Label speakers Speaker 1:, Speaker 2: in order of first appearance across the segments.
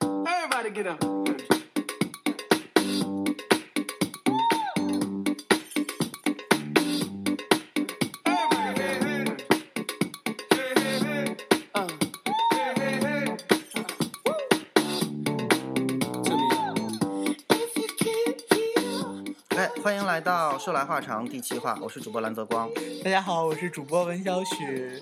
Speaker 1: gotta get up. Everybody.
Speaker 2: 哎，欢迎来到说来话长第七话，我是主播蓝泽光。
Speaker 3: 大家好，我是主播文小雪。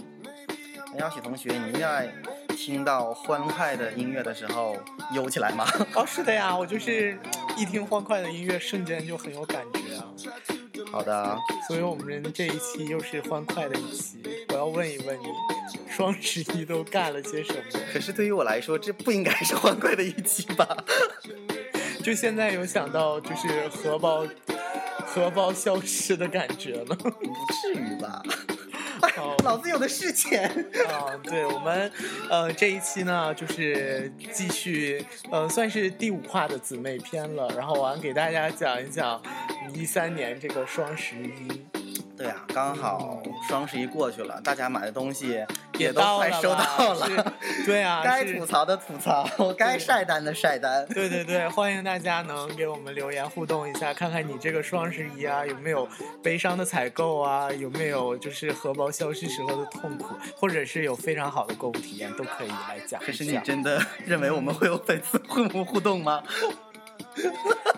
Speaker 2: 文小许同学，你在听到欢快的音乐的时候悠起 来吗？
Speaker 3: 哦，是的呀，我就是一听欢快的音乐，瞬间就很有感觉啊。
Speaker 2: 好的，
Speaker 3: 所以我们这一期又是欢快的一期。我要问一问你，双十一都干了些什么？
Speaker 2: 可是对于我来说，这不应该是欢快的一期吧？
Speaker 3: 就现在有想到就是荷包荷包消失的感觉了。
Speaker 2: 不至于吧？哎
Speaker 3: 好
Speaker 2: 老子有的 是钱。
Speaker 3: 啊，对我们，呃，这一期呢，就是继续，呃，算是第五话的姊妹篇了。然后我要给大家讲一讲一三年这个双十一
Speaker 2: 对啊，刚好双十一过去了，大家买的东西也都
Speaker 3: 到
Speaker 2: 快
Speaker 3: 了
Speaker 2: 收
Speaker 3: 吧
Speaker 2: 到了，
Speaker 3: 是对啊，
Speaker 2: 该
Speaker 3: 是
Speaker 2: 吐槽的吐槽，该晒单的晒单。
Speaker 3: 对对对，欢迎大家能给我们留言互动一下，看看你这个双十一啊有没有悲伤的采购啊，有没有就是荷包消失时候的痛苦，或者是有非常好的购物体验，都可以来讲一下。
Speaker 2: 可是你真的 认为我们会有粉丝互不互动吗？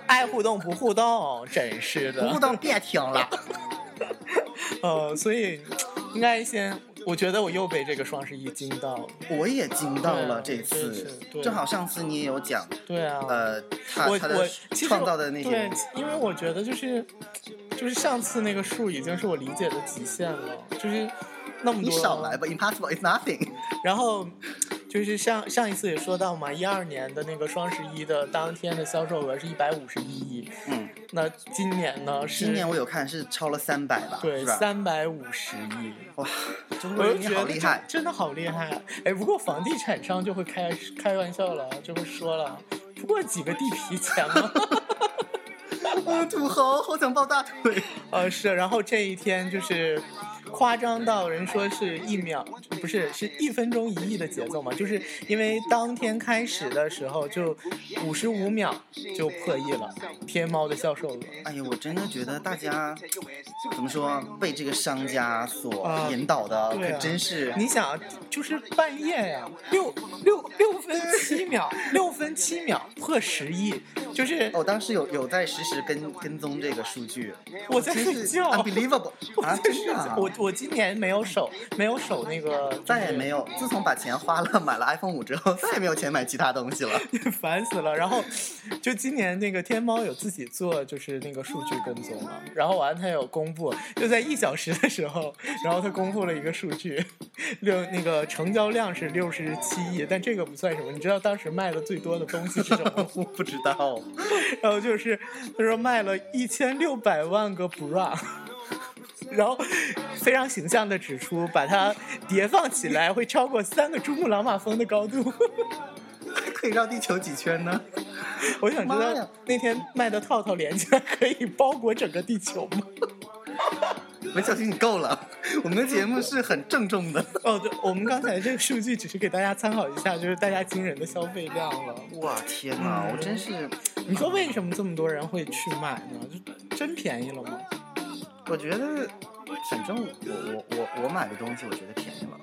Speaker 3: 爱互动不互动，真是的。
Speaker 2: 不 互动别听了。
Speaker 3: 呃，所以应该先，我觉得我又被这个双十一惊到了。
Speaker 2: 我也惊到了
Speaker 3: 对
Speaker 2: 这
Speaker 3: 真是
Speaker 2: 次，
Speaker 3: 对
Speaker 2: 正好上次你也有讲，
Speaker 3: 对啊，
Speaker 2: 呃，他
Speaker 3: 我
Speaker 2: 他
Speaker 3: 我
Speaker 2: 的
Speaker 3: 其实
Speaker 2: 创
Speaker 3: 我
Speaker 2: 造的那
Speaker 3: 对
Speaker 2: 些，，
Speaker 3: 因为我觉得就是就是上次那个数已经是我理解的极限了，就是那么
Speaker 2: 你
Speaker 3: 多，
Speaker 2: 少来吧，impossible is nothing。
Speaker 3: 然后。就是上上一次也说到嘛，一二年的那个双十一的当天的销售额是一百五十一亿，
Speaker 2: 嗯，
Speaker 3: 那今年呢是
Speaker 2: 今年我有看是超了三百吧，
Speaker 3: 对
Speaker 2: 是吧？
Speaker 3: 三百五十亿，
Speaker 2: 哇，中国
Speaker 3: 我就
Speaker 2: 人你
Speaker 3: 觉
Speaker 2: 好
Speaker 3: 得
Speaker 2: 厉
Speaker 3: 真
Speaker 2: 害，
Speaker 3: 真的好厉害。哎，不过房地产商就会开开玩笑了，就会说了，不过几个地皮钱嘛。
Speaker 2: 嗯，土豪好想抱大腿。
Speaker 3: 呃，是，然后这一天就是夸张到人说是一秒，不是，是一分钟一亿的节奏嘛，就是因为当天开始的时候就五十五秒就破亿了，天猫的销售额。
Speaker 2: 哎呀，我真的觉得大家怎么说被这个商家所
Speaker 3: 啊
Speaker 2: 引导的，
Speaker 3: 对啊
Speaker 2: 可真是
Speaker 3: 你想，就是半夜呀、六六六分七秒，六分七秒破十亿，就是
Speaker 2: 我哦当时有有在实时跟跟踪这个数据，
Speaker 3: 我在
Speaker 2: 真
Speaker 3: 睡
Speaker 2: 是
Speaker 3: 觉。
Speaker 2: ，unbelievable 啊！
Speaker 3: 就
Speaker 2: 真
Speaker 3: 是
Speaker 2: 的啊，
Speaker 3: 我我今年没有手没有手那个，
Speaker 2: 再也没
Speaker 3: 有，
Speaker 2: 有，自从把钱花了买了 iPhone 五之后，再也没有钱买其他东西了。
Speaker 3: 烦死了。然后就今年那个天猫有自己做就是那个数据跟踪嘛，然后完了它有公布，就在一小时的时候，然后它公布了一个数据，六那个成交量是六十七亿，但这个不算什么。你知道当时卖的最多的东西是什么吗？
Speaker 2: 我不知道，
Speaker 3: 然后就是他说卖了一千六百万个 bra，然后非常形象的指出，把它叠放起来会超过三个珠穆朗玛峰的高度。
Speaker 2: 可以绕地球几圈呢？
Speaker 3: 我想知
Speaker 2: 妈呀
Speaker 3: 道那天卖的套套连起来可以包裹整个地球吗？
Speaker 2: 文小新，你够了，我们的节目是很郑重的。
Speaker 3: 哦，对，我们刚才这个数据只是给大家参考一下，就是大家惊人的消费量了。
Speaker 2: 哇，天哪，我真是，
Speaker 3: 你说为什么这么多人会去买呢？就真便宜了吗？
Speaker 2: 我觉得，反正我我我我买的东西，我觉得便宜了。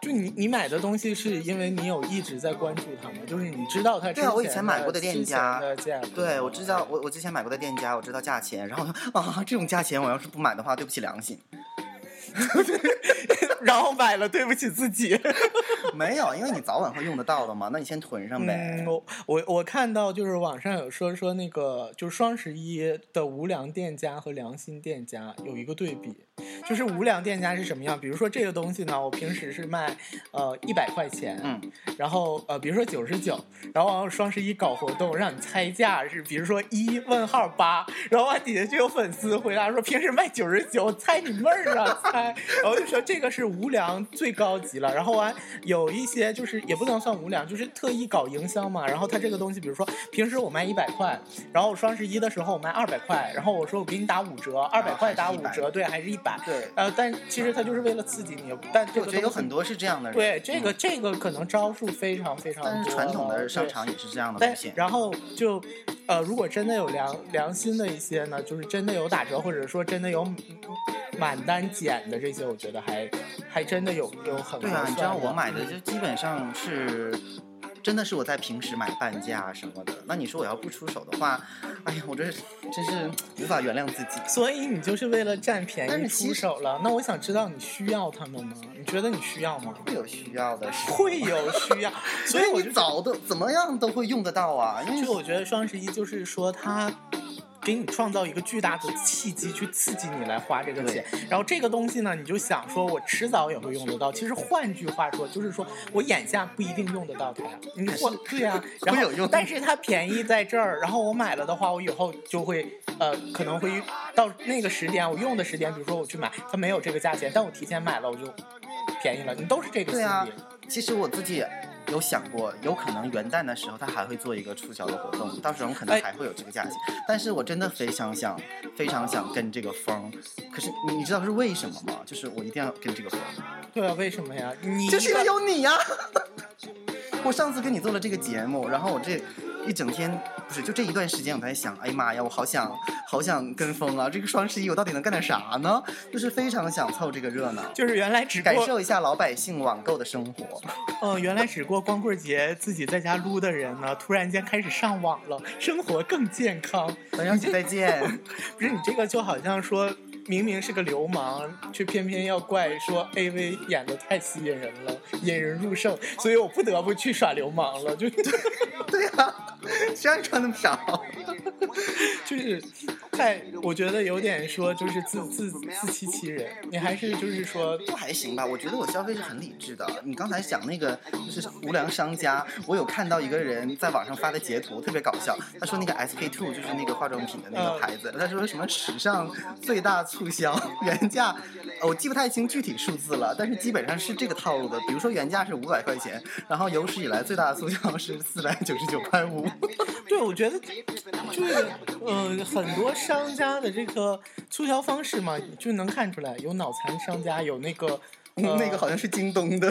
Speaker 3: 就你你买的东西是因为你有一直在关注它吗？就是你知道它之
Speaker 2: 对啊我以前买过的
Speaker 3: 的
Speaker 2: 店家
Speaker 3: 之前的价格
Speaker 2: 对，我知道，我我之前买过的店家，我知道价钱，然后我说啊，这种价钱我要是不买的话，对不起良心。
Speaker 3: 然后买了，对不起自己。
Speaker 2: 没有，因为你早晚会用得到的嘛，那你先囤上呗
Speaker 3: 嗯，。我我我看到就是网上有说说那个就是双十一的无良店家和良心店家有一个对比，就是无良店家是什么样？比如说这个东西呢，我平时是卖呃一百块钱，
Speaker 2: 嗯，
Speaker 3: 然后呃比如说九十九，然后完了双十一搞活动让你猜价是比如说一问号八，然后完啊底下就有粉丝回答说平时卖九十九，猜你妹儿啊 猜，然后就说这个是无良最高级了，然后完有一些就是也不能算无良，就是特意搞营销嘛，然后他这个东西比如说平时我卖一百块，然后我双十一的时候我卖二百块，然后我说我给你打五折，二百块打五
Speaker 2: 啊还是100
Speaker 3: 折，对，还是一百。百。
Speaker 2: 对，
Speaker 3: 呃，但其实它就是为了刺激你，但这
Speaker 2: 我
Speaker 3: 个
Speaker 2: 觉得有
Speaker 3: 东西
Speaker 2: 很多是这样的人。
Speaker 3: 对这个
Speaker 2: 嗯，
Speaker 3: 这个可能招数非常非常多
Speaker 2: 但
Speaker 3: 了，
Speaker 2: 是传统的商
Speaker 3: 对
Speaker 2: 场也是这样的
Speaker 3: 但
Speaker 2: 路线。
Speaker 3: 然后就，呃，如果真的有良良心的一些呢，就是真的有打折，或者说真的有满单减的这些，我觉得还还真的有有很
Speaker 2: 对啊，
Speaker 3: 划
Speaker 2: 你知道
Speaker 3: 算
Speaker 2: 我
Speaker 3: 的
Speaker 2: 买的就基本上是，真的是我在平时买半价啊什么的。那你说我要不出手的话，哎呀，我这真是无法原谅自己。
Speaker 3: 所以你就是为了占
Speaker 2: 但
Speaker 3: 便宜
Speaker 2: 是其
Speaker 3: 出
Speaker 2: 实
Speaker 3: 手了。那我想知道你需要他们吗？你觉得你需要吗？
Speaker 2: 会有需要的时候，
Speaker 3: 会有需 要，所
Speaker 2: 所
Speaker 3: 以
Speaker 2: 以
Speaker 3: 我
Speaker 2: 你
Speaker 3: 就
Speaker 2: 早都怎么样都会用得到啊，因
Speaker 3: 就
Speaker 2: 为
Speaker 3: 我觉得双十一就是说它给你创造一个巨大的契机，去刺激你来花这个钱。然后这个东西呢，你就想说，我迟早也会用得到。其实换句话说，就是说我眼下不一定用得到它呀。你 换对呀、然
Speaker 2: 会
Speaker 3: 后
Speaker 2: 有用
Speaker 3: 但是它便宜在这儿，然后我买了的话，我以后就会呃可能会到那个时点，我用的时点，比如说我去买，它没有这个价钱，但我提前买了，我就便宜了。你都是这个心
Speaker 2: 对
Speaker 3: 理。
Speaker 2: 啊其实我自己有想过，有可能元旦的时候他还会做一个促销的活动，到时候可能
Speaker 3: 哎
Speaker 2: 还会有这个价钱。但是我真的非常想，非常想跟这个风，可是你你知道是为什么吗？就是我一定要跟这个风，
Speaker 3: 对啊，为什么呀？你
Speaker 2: 就是
Speaker 3: 一
Speaker 2: 因
Speaker 3: 般
Speaker 2: 为有你呀、 我上次跟你做了这个节目，然后我这一整天不是就这一段时间，我在想，哎呀妈呀，我好想好想跟风啊！这个双十一我到底能干点啥呢？就是非常想凑这个热闹，
Speaker 3: 就是原来只
Speaker 2: 感
Speaker 3: 过
Speaker 2: 受一下老百姓网购的生活。
Speaker 3: 嗯，原来只过光棍节自己在家撸的人呢，突然间开始上网了，生活更健康。
Speaker 2: 朋友，再见。
Speaker 3: 不是你这个就好像说，明明是个流氓，却偏偏要怪说 AV 演的太吸引人了，引人入胜，所以我不得不去耍流氓了，就
Speaker 2: 对啊，谁让你穿那么少？
Speaker 3: 就是太，我觉得有点说就是自自自欺欺人。你还是就是说，
Speaker 2: 就还行吧，我觉得我消费是很理智的。你刚才讲那个就是无良商家，我有看到一个人在网上发的截图，特别搞笑。他说那个 SK two 就是那个化妆品的那个牌子，他说什么史上最大促销，原价、哦我记不太清具体数字了，但是基本上是这个套路的。比如说原价是五百块钱，然后有史以来最大的促销是四百九十九块五。
Speaker 3: 对，我觉得就是嗯、呃很多商家的这个促销方式嘛，就能看出来有脑残商家，有那个。呃
Speaker 2: 那个好像是京东的，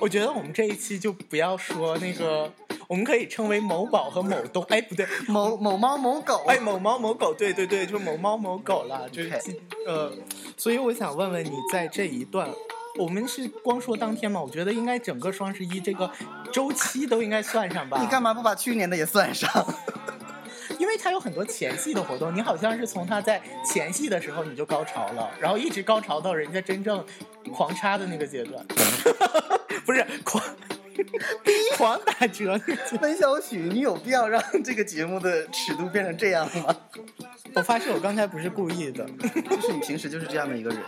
Speaker 3: 我觉得我们这一期就不要说那个，我们可以称为某宝和某东，哎，不对，
Speaker 2: 某某猫某狗。
Speaker 3: 哎，某猫某狗，对对对，就是某猫某狗啦，就是
Speaker 2: OK
Speaker 3: 记呃，所以我想问问你，在这一段，我们是光说当天嘛？我觉得应该整个双十一这个周期都应该算上吧？
Speaker 2: 你干嘛不把去年的也算上？
Speaker 3: 因为它有很多前戏的活动，你好像是从它在前戏的时候你就高潮了，然后一直高潮到人家真正狂插的那个阶段， 不是狂狂打折那个阶段。
Speaker 2: 温小许，你有必要让这个节目的尺度变成这样吗？
Speaker 3: 我发誓我刚才不是故意的。
Speaker 2: 就是你平时就是这样的一个人。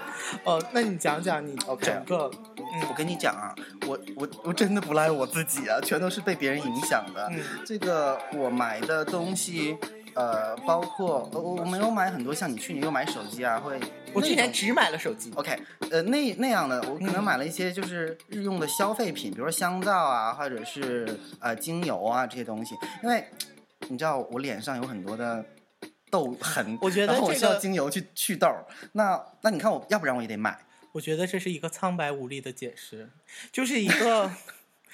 Speaker 3: 呃，那你讲讲你
Speaker 2: OK
Speaker 3: 整个
Speaker 2: 我跟你讲啊，我我我真的不赖我自己啊，全都是被别人影响的。
Speaker 3: 嗯
Speaker 2: 这个我买的东西，呃，包括我我我没有买很多，像你去年又买手机啊，会
Speaker 3: 我去
Speaker 2: 那
Speaker 3: 年
Speaker 2: 种
Speaker 3: 只买了手机。
Speaker 2: OK，呃，那那样的，我可能
Speaker 3: 嗯
Speaker 2: 买了一些就是日用的消费品，比如说香皂啊，或者是呃精油啊这些东西，因为你知道我脸上有很多的痘痕，
Speaker 3: 我觉得
Speaker 2: 然后我
Speaker 3: 这
Speaker 2: 需要
Speaker 3: 个
Speaker 2: 精油去祛痘儿。那那你看我，要不然我也得买，
Speaker 3: 我觉得这是一个苍白无力的解释，就是一个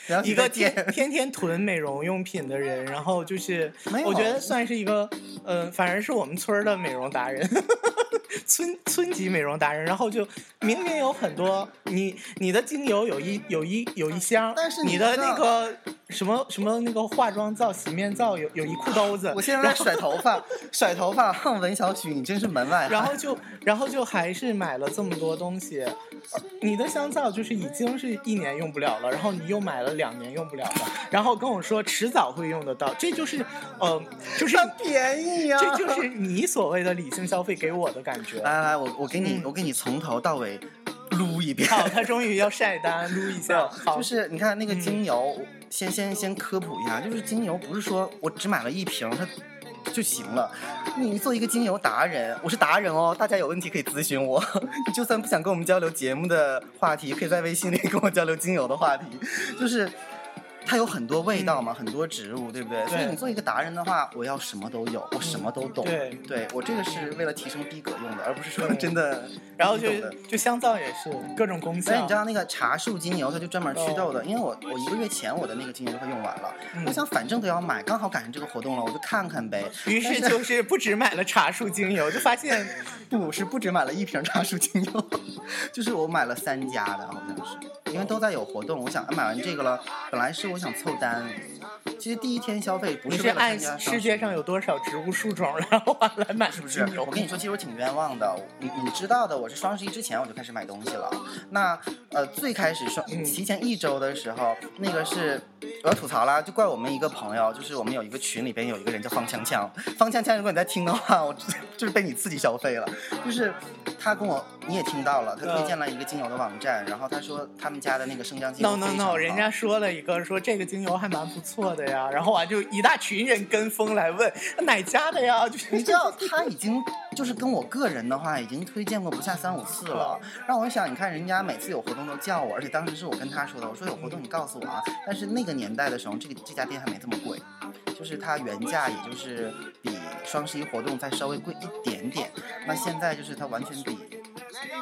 Speaker 2: 然后
Speaker 3: 一个天
Speaker 2: 店
Speaker 3: 天天囤美容用品的人，然后就是
Speaker 2: 没有
Speaker 3: 我觉得算是一个，呃，反而是我们村儿的美容达人， 村村级美容达人。然后就明明有很多，你你的精油有一有一有一箱，
Speaker 2: 但是你
Speaker 3: 你的
Speaker 2: 知道
Speaker 3: 那个什么什么那个化妆皂、洗面皂有有一裤兜子，
Speaker 2: 我现在在甩头 发，甩头发，哼，文小许，你真是门外汉。
Speaker 3: 然后就，然后就还是买了这么多东西。而你的香皂就是已经是一年用不了了，然后你又买了两年用不了了，然后跟我说迟早会用得到，这就是，呃，就是
Speaker 2: 它便宜呀、
Speaker 3: 啊这就是你所谓的理性消费给我的感觉。
Speaker 2: 来来来，我我给你，
Speaker 3: 嗯
Speaker 2: 我给你从头到尾撸一遍。
Speaker 3: 好，他终于要晒单撸一下，好
Speaker 2: 就，是你看那个
Speaker 3: 嗯
Speaker 2: 精油，先先先科普一下，就是精油不是说我只买了一瓶它就行了。你做一个精油达人，我是达人哦，大家有问题可以咨询我。 你就算不想跟我们交流节目的话题，可以在微信里跟我交流精油的话题。就是它有很多味道嘛，很多植物，对不对？
Speaker 3: 嗯对嗯
Speaker 2: 所以你做一个达人的话，我要什么都有，我什么都懂。
Speaker 3: 对
Speaker 2: 我这个是为了提升逼格用的，而不是说
Speaker 3: 对
Speaker 2: 真的。
Speaker 3: 然后就
Speaker 2: 懂的
Speaker 3: 就香皂也是各种功
Speaker 2: 所以
Speaker 3: 效，
Speaker 2: 你知道那个茶树精油，它就专门祛痘的。因为我我一个月前我的那个精油就快用完了，
Speaker 3: 嗯
Speaker 2: 我想反正都要买，刚好赶上这个活动了，我就看看 呗。
Speaker 3: 于是
Speaker 2: 但
Speaker 3: 就是不止买了茶树精油，就发现
Speaker 2: 不是不止买了一瓶茶树精油， 就是我买了三家的，好像是，因为都在有活动。我想、啊买完这个了，本来是我想凑单，其实第一天消费不
Speaker 3: 你
Speaker 2: 是
Speaker 3: 是
Speaker 2: 为了参
Speaker 3: 按
Speaker 2: 加商
Speaker 3: 世界上有多少植物树种，然后完来买
Speaker 2: 是不是
Speaker 3: 精？油？
Speaker 2: 我跟你说，其实我挺冤枉的。你你知道的，我是双十一之前我就开始买东西了。那呃，最开始双
Speaker 3: 嗯
Speaker 2: 提前一周的时候，那个是我要吐槽啦，就怪我们一个朋友，就是我们有一个群里边有一个人叫方锵锵，方锵锵，如果你在听的话，我 就是被你刺激消费了。就是他跟我你也听到了，他
Speaker 3: 嗯
Speaker 2: 推荐了一个精油的网站，然后他说他们家的那个生姜精
Speaker 3: no
Speaker 2: 油
Speaker 3: no
Speaker 2: 非常
Speaker 3: no，
Speaker 2: 好
Speaker 3: 人家说了一个说这个精油还蛮不错的呀， 然后啊就一大群人跟风来问哪家的呀， 就是
Speaker 2: 你知道他已经就是跟我个人的话，已经推荐过不下三五次了。让我一想，你看人家每次有活动都叫我，而且当时是我跟他说的，我说有活动你告诉我啊。但是那个年代的时候，这个这家店还没这么贵，就是它原价也就是比双十一活动再稍微贵一点点。那现在就是它完全比。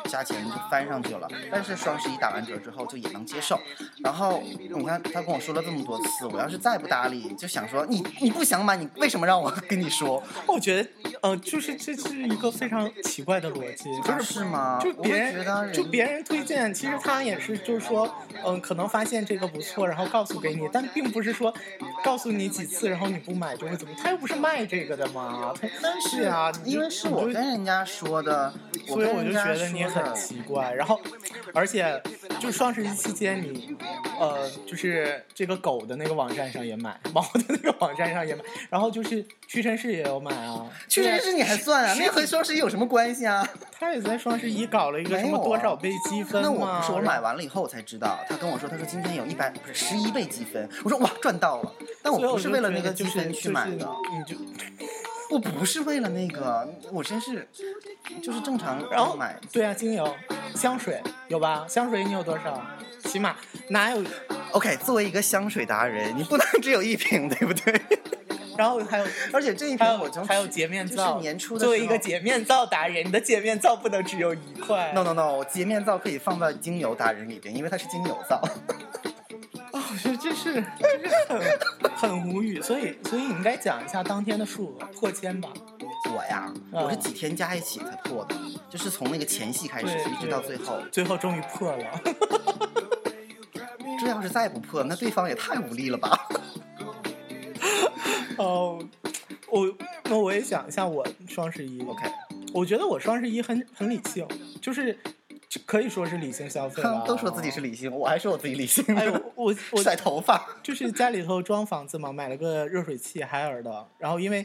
Speaker 2: 价钱就翻上去了，但是双十一打完折之后就也能接受。然后你看他跟我说了这么多次，我要是再不搭理，就想说你你不想买，你为什么让我跟你说？
Speaker 3: 我觉得呃就是这是一个非常奇怪的逻辑，就
Speaker 2: 啊
Speaker 3: 是。
Speaker 2: 是吗？
Speaker 3: 就
Speaker 2: 我
Speaker 3: 别
Speaker 2: 会觉得
Speaker 3: 人
Speaker 2: 人
Speaker 3: 就别人推荐，其实他也是，就是说，嗯，可能发现这个不错，然后告诉给你，但并不是说告诉你几次，然后你不买就会怎么，他又不是卖这个的嘛。他但是啊，你就
Speaker 2: 因为是
Speaker 3: 你
Speaker 2: 我
Speaker 3: 就
Speaker 2: 跟人家说的，
Speaker 3: 所以
Speaker 2: 跟
Speaker 3: 我就
Speaker 2: 人
Speaker 3: 觉
Speaker 2: 家
Speaker 3: 得你
Speaker 2: 说
Speaker 3: 很
Speaker 2: 的
Speaker 3: 奇怪。然后，而且就双十一期间你，呃，就是这个狗的那个网站上也买，猫的那个网站上也买，然后就是屈臣氏也有买啊。
Speaker 2: 屈臣氏你还算啊？那和双十一有什么关系啊？
Speaker 3: 他也在双十一搞了一个什
Speaker 2: 没
Speaker 3: 么
Speaker 2: 有啊
Speaker 3: 多少倍积分
Speaker 2: 那我
Speaker 3: 嘛
Speaker 2: 不是我
Speaker 3: 然后
Speaker 2: 买完了以后我才知道，他跟我说，他说今天有一百不是十一倍积分，我说哇赚到了，但我
Speaker 3: 所以
Speaker 2: 不
Speaker 3: 我
Speaker 2: 是
Speaker 3: 就
Speaker 2: 为了
Speaker 3: 觉
Speaker 2: 那
Speaker 3: 得
Speaker 2: 个积
Speaker 3: 就是
Speaker 2: 分去买的，
Speaker 3: 就是你就
Speaker 2: 我不是为了那个，我真是就是正常
Speaker 3: 然后
Speaker 2: 买。
Speaker 3: 对啊，精油、香水有吧？香水你有多少？起码哪有？
Speaker 2: OK，作为一个香水达人，你不能只有一瓶，对不对？
Speaker 3: 然后还有，
Speaker 2: 而且这一瓶
Speaker 3: 还有
Speaker 2: 我就
Speaker 3: 还有洁面皂，
Speaker 2: 就是年初的
Speaker 3: 作为
Speaker 2: 时
Speaker 3: 一个
Speaker 2: 候
Speaker 3: 洁面皂达人，你的洁面皂不能只有一 块。
Speaker 2: No no no，我洁面皂可以放到精油达人里边，因为它是精油皂。
Speaker 3: 我觉得这是这是很很无语，所以所以你应该讲一下当天的数额破千吧。
Speaker 2: 我呀，
Speaker 3: 嗯
Speaker 2: 我是几天加一起才破的，就是从那个前戏开始
Speaker 3: 对
Speaker 2: 一直到最后。
Speaker 3: 最后终于破了，
Speaker 2: 这要是再不破，那对方也太无力了吧？
Speaker 3: 哦，我那我也讲一下我双十一。
Speaker 2: OK，
Speaker 3: 我觉得我双十一很很理性，就是就可以说是理性消费
Speaker 2: 他
Speaker 3: 了
Speaker 2: 们。都说自己是。理性，我还说我自己理性。
Speaker 3: 啊哎， 我我我
Speaker 2: 甩头发，
Speaker 3: 就是家里头装房子嘛，买了个热水器，海尔的。然后因为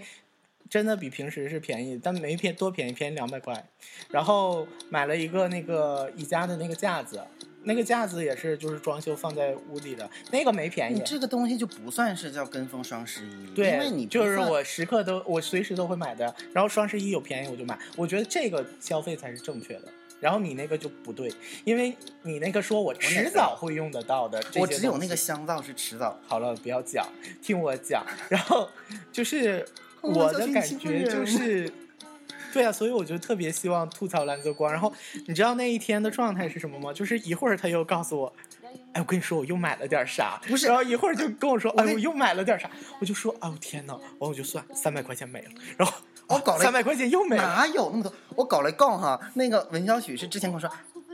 Speaker 3: 真的比平时是便宜，但没便多便宜，便宜两百块。然后买了一个那个宜家的那个架子，那个架子也是就是装修放在屋里的，那个没便
Speaker 2: 你
Speaker 3: 宜。
Speaker 2: 这个东西就不算是叫跟风双十一，因为
Speaker 3: 对，
Speaker 2: 你
Speaker 3: 就是
Speaker 2: 不算
Speaker 3: 我时刻都我随时都会买的，然后双十一有便宜我就买，我觉得这个消费才是正确的。然后你那个就不对，因为你那个说我迟早会用得到的，这些
Speaker 2: 我只有那
Speaker 3: 东
Speaker 2: 个
Speaker 3: 西
Speaker 2: 香皂是迟早。
Speaker 3: 好了，不要讲，听我讲。然后就是我的感觉就是， 对啊，所以我就特别希望吐槽蓝泽光。然后你知道那一天的状态是什么吗？就是一会儿他又告诉我，哎，我跟你说我又买了点啥，
Speaker 2: 不是
Speaker 3: 然后一会儿就跟我说，哎，
Speaker 2: 跟
Speaker 3: 我又买了点啥，我就说，哦天呐，完我就算三百块钱没了，然后啊
Speaker 2: 我搞了一
Speaker 3: 三百块钱又没了，
Speaker 2: 哪有那么多？我搞了一杠哈，那个文小许是之前跟我说，